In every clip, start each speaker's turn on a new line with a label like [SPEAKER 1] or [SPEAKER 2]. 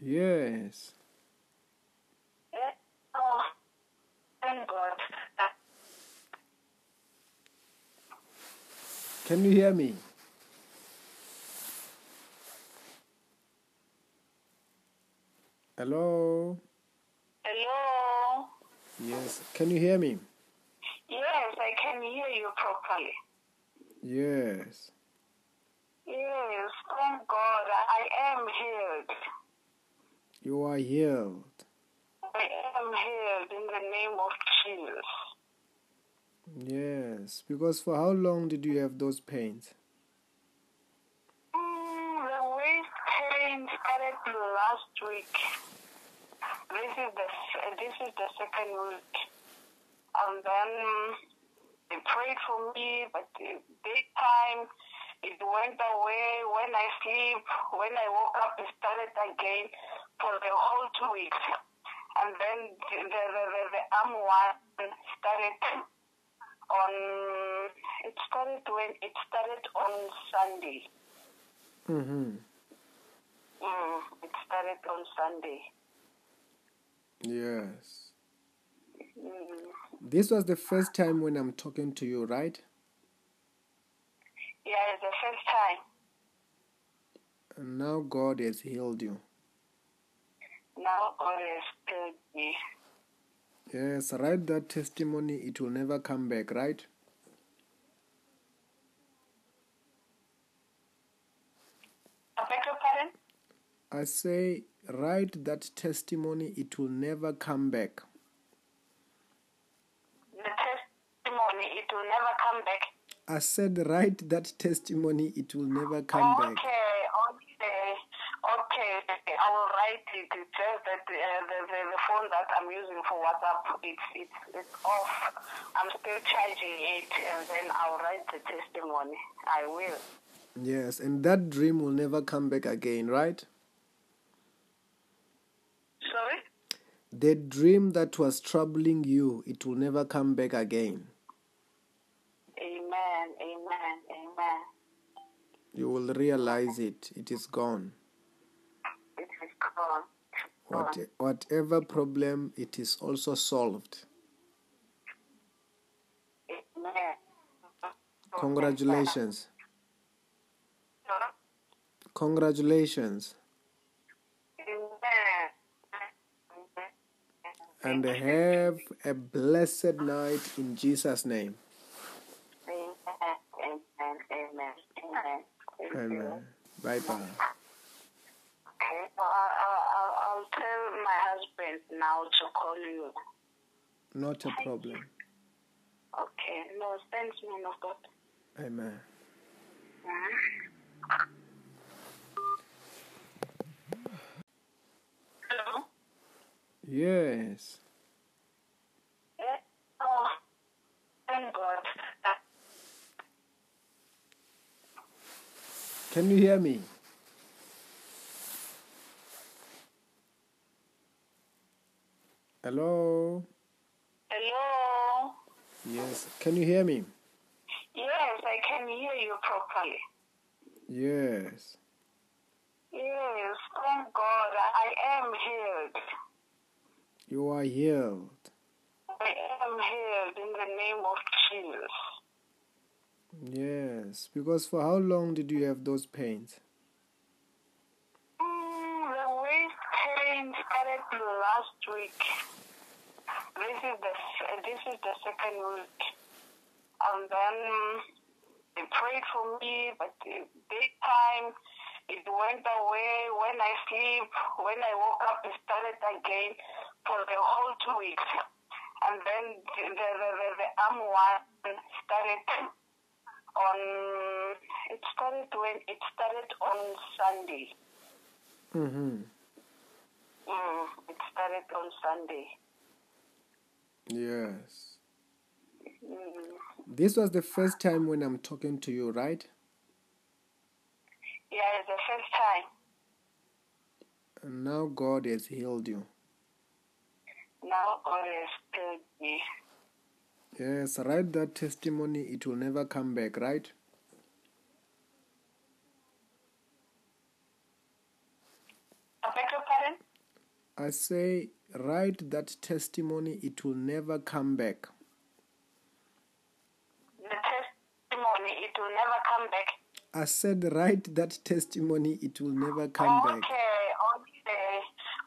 [SPEAKER 1] Yes.
[SPEAKER 2] Yeah. Oh, thank God. Uh,
[SPEAKER 1] Can you hear me? Hello?
[SPEAKER 2] Hello.
[SPEAKER 1] Yes. Can you hear me?
[SPEAKER 2] Yes, I can hear you properly.
[SPEAKER 1] Yes.
[SPEAKER 2] Yes, thank God. I am healed.
[SPEAKER 1] You are healed.
[SPEAKER 2] I am healed in the name of Jesus.
[SPEAKER 1] Yes. Because for how long did you have those pains?
[SPEAKER 2] Mm, the waist pain started last week. This is the s- this is the second week, and then mm, they prayed for me. But the daytime, it went away. When I sleep, when I woke up, it started again for the whole two weeks, and then the the the, the arm one started on. It started when it started on Sunday.
[SPEAKER 1] Mm-hmm.
[SPEAKER 2] Mm, it started on Sunday.
[SPEAKER 1] Yes.
[SPEAKER 2] Mm.
[SPEAKER 1] This was the first time when I'm talking to you, right?
[SPEAKER 2] Yeah, it's the first time.
[SPEAKER 1] And now God has healed you.
[SPEAKER 2] Now God has healed me.
[SPEAKER 1] Yes, write that testimony. It will never come back, right?
[SPEAKER 2] I beg your pardon?
[SPEAKER 1] I say, write that testimony. It will never come back.
[SPEAKER 2] The testimony, it will never come back.
[SPEAKER 1] I said, write that testimony. It will never come back.
[SPEAKER 2] okay, Oh, okay, okay. I will write it. It's just that uh, the, the, the phone that I'm using for WhatsApp, it's, it's, it's off. I'm still charging it, and then I'll write the testimony. I will.
[SPEAKER 1] Yes, and that dream will never come back again, right?
[SPEAKER 2] Sorry?
[SPEAKER 1] The dream that was troubling you, it will never come back again.
[SPEAKER 2] Amen, amen, amen.
[SPEAKER 1] You will realize it. It is gone.
[SPEAKER 2] It is gone. It's gone.
[SPEAKER 1] What, whatever problem, it is also solved.
[SPEAKER 2] Amen.
[SPEAKER 1] Congratulations. Congratulations.
[SPEAKER 2] Amen.
[SPEAKER 1] And have a blessed night in Jesus' name.
[SPEAKER 2] Amen. Amen. Amen. Amen. Thank you.
[SPEAKER 1] Amen. Bye bye.
[SPEAKER 2] Okay. Well, I'll, I'll, I'll tell my husband now to call you.
[SPEAKER 1] Not a problem.
[SPEAKER 2] Okay. No, thanks, man of God.
[SPEAKER 1] Amen.
[SPEAKER 2] Hello?
[SPEAKER 1] Yes.
[SPEAKER 2] Eh, Oh, thank God.
[SPEAKER 1] Can you hear me? Hello?
[SPEAKER 2] Hello?
[SPEAKER 1] Yes. Can you hear me?
[SPEAKER 2] Yes, I can hear you properly.
[SPEAKER 1] Yes.
[SPEAKER 2] Yes, thank God. I am healed.
[SPEAKER 1] You are healed.
[SPEAKER 2] I am healed in the name of Jesus.
[SPEAKER 1] Yes. Because for how long did you have those pains?
[SPEAKER 2] Mm, the waist pain started last week. This is the uh, this is the second week, and then they prayed for me. But the daytime, it went away. When I sleep, when I woke up, it started again for the whole two weeks, and then the the the, the arm one started on. It started when it started on Sunday.
[SPEAKER 1] Mm-hmm.
[SPEAKER 2] Mm, it started on Sunday.
[SPEAKER 1] Yes.
[SPEAKER 2] Mm.
[SPEAKER 1] This was the first time when I'm talking to you, right?
[SPEAKER 2] Yeah, it's the first time.
[SPEAKER 1] And now God has healed you.
[SPEAKER 2] Now God has healed me.
[SPEAKER 1] Yes, write that testimony. It will never come back, right?
[SPEAKER 2] I beg your pardon?
[SPEAKER 1] I say, write that testimony, it will never come back.
[SPEAKER 2] The testimony, it will never come back.
[SPEAKER 1] I said, write that testimony, it will never come back.
[SPEAKER 2] Oh, Okay,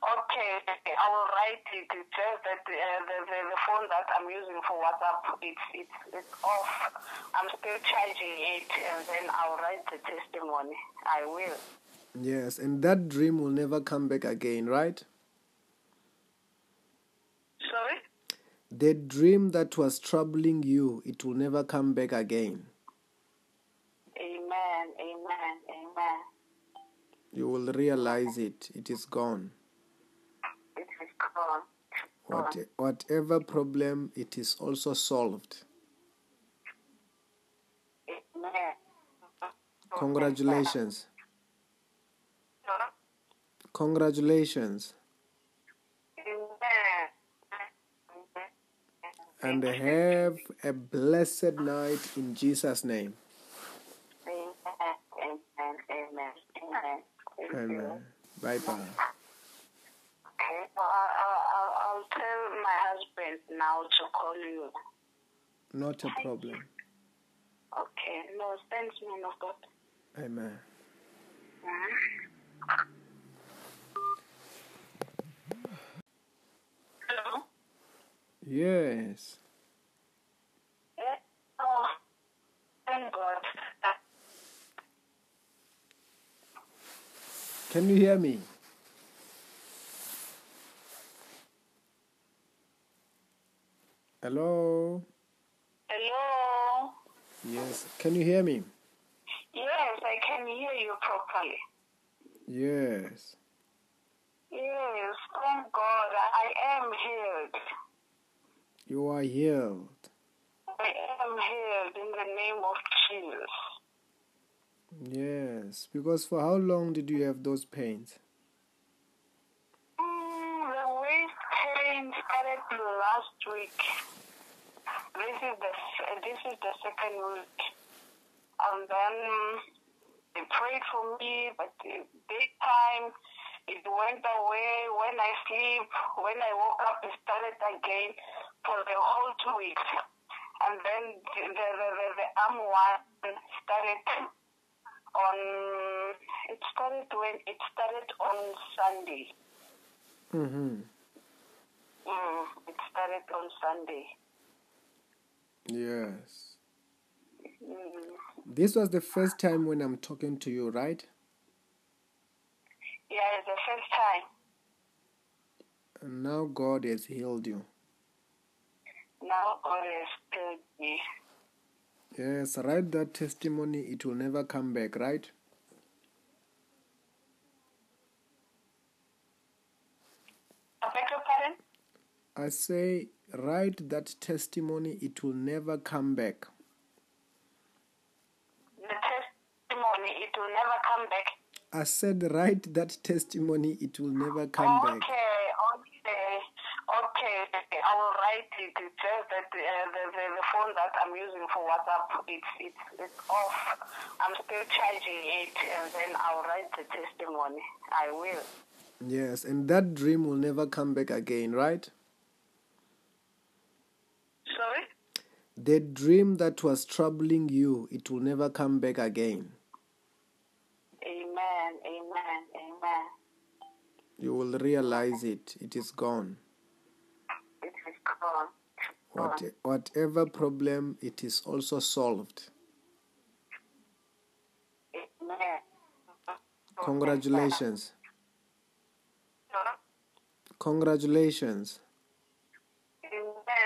[SPEAKER 2] okay, okay. I will write it. It's just that uh, the, the the phone that I'm using for WhatsApp, it's it's it's off. I'm still charging it, and then I'll write the testimony. I will.
[SPEAKER 1] Yes, and that dream will never come back again, right?
[SPEAKER 2] Sorry.
[SPEAKER 1] The dream that was troubling you, it will never come back again.
[SPEAKER 2] Amen. Amen. Amen.
[SPEAKER 1] You will realize it, it is gone.
[SPEAKER 2] It is gone. Oh.
[SPEAKER 1] What, whatever problem, it is also solved.
[SPEAKER 2] Amen.
[SPEAKER 1] Congratulations. Congratulations.
[SPEAKER 2] Amen.
[SPEAKER 1] and have a blessed night in Jesus' name.
[SPEAKER 2] Amen. Amen. Amen. Amen. Thank you.
[SPEAKER 1] Amen. Bye bye.
[SPEAKER 2] Okay, well, I- I- I'll, I'll tell my husband now to call you.
[SPEAKER 1] Not a problem.
[SPEAKER 2] Okay, no, thanks, man of God.
[SPEAKER 1] Amen.
[SPEAKER 2] Hello?
[SPEAKER 1] Yes.
[SPEAKER 2] Yeah. Oh, thank God. Uh,
[SPEAKER 1] Can you hear me? Hello?
[SPEAKER 2] Hello?
[SPEAKER 1] Yes. Can you hear me?
[SPEAKER 2] Yes, I can hear you properly.
[SPEAKER 1] Yes.
[SPEAKER 2] Yes, thank God. I am healed.
[SPEAKER 1] You are healed.
[SPEAKER 2] I am healed in the name of Jesus.
[SPEAKER 1] Yes. Because for how long did you have those pains?
[SPEAKER 2] Mm, the waist pain started last week. This is the uh, this is the second week, and then mm, they prayed for me. But uh, daytime, it went away. When I sleep, when I woke up, it started again for the whole two weeks, and then the the the, the arm one started on. It started when it started on Sunday.
[SPEAKER 1] Mm-hmm.
[SPEAKER 2] Mm, it started on Sunday.
[SPEAKER 1] Yes.
[SPEAKER 2] Mm.
[SPEAKER 1] This was the first time when I'm talking to you, right?
[SPEAKER 2] Yeah, it's the first time.
[SPEAKER 1] And now God has healed you.
[SPEAKER 2] Now God has healed me.
[SPEAKER 1] Yes, write that testimony. It will never come back, right?
[SPEAKER 2] I beg your pardon?
[SPEAKER 1] I say, write that testimony. It will never come back.
[SPEAKER 2] The testimony, it will never come back.
[SPEAKER 1] I said, write that testimony. It will never come back.
[SPEAKER 2] Oh, okay, okay, okay. I will write it. It's just that uh, the, the, the phone that I'm using for WhatsApp, it's, it's, it's off. I'm still charging it, and then I'll write the testimony. I will.
[SPEAKER 1] Yes, and that dream will never come back again, right?
[SPEAKER 2] Sorry?
[SPEAKER 1] The dream that was troubling you, it will never come back again.
[SPEAKER 2] Amen, amen, amen.
[SPEAKER 1] You will realize it. It is gone.
[SPEAKER 2] It is gone. Oh.
[SPEAKER 1] What, whatever problem, it is also solved.
[SPEAKER 2] Amen.
[SPEAKER 1] Congratulations. Congratulations.
[SPEAKER 2] Amen.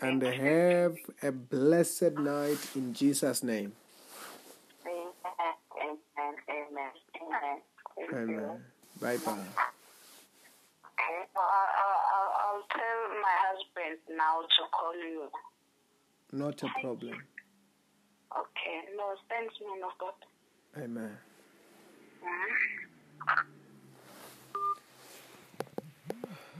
[SPEAKER 1] and have a blessed night in Jesus' name.
[SPEAKER 2] Amen. Amen. Amen. Amen. Thank you.
[SPEAKER 1] Amen. Bye bye.
[SPEAKER 2] Okay. Well, I, I, I'll, I'll tell my husband now to call you.
[SPEAKER 1] Not a problem.
[SPEAKER 2] Okay. No, thanks, man of God.
[SPEAKER 1] Amen.
[SPEAKER 2] Mhm.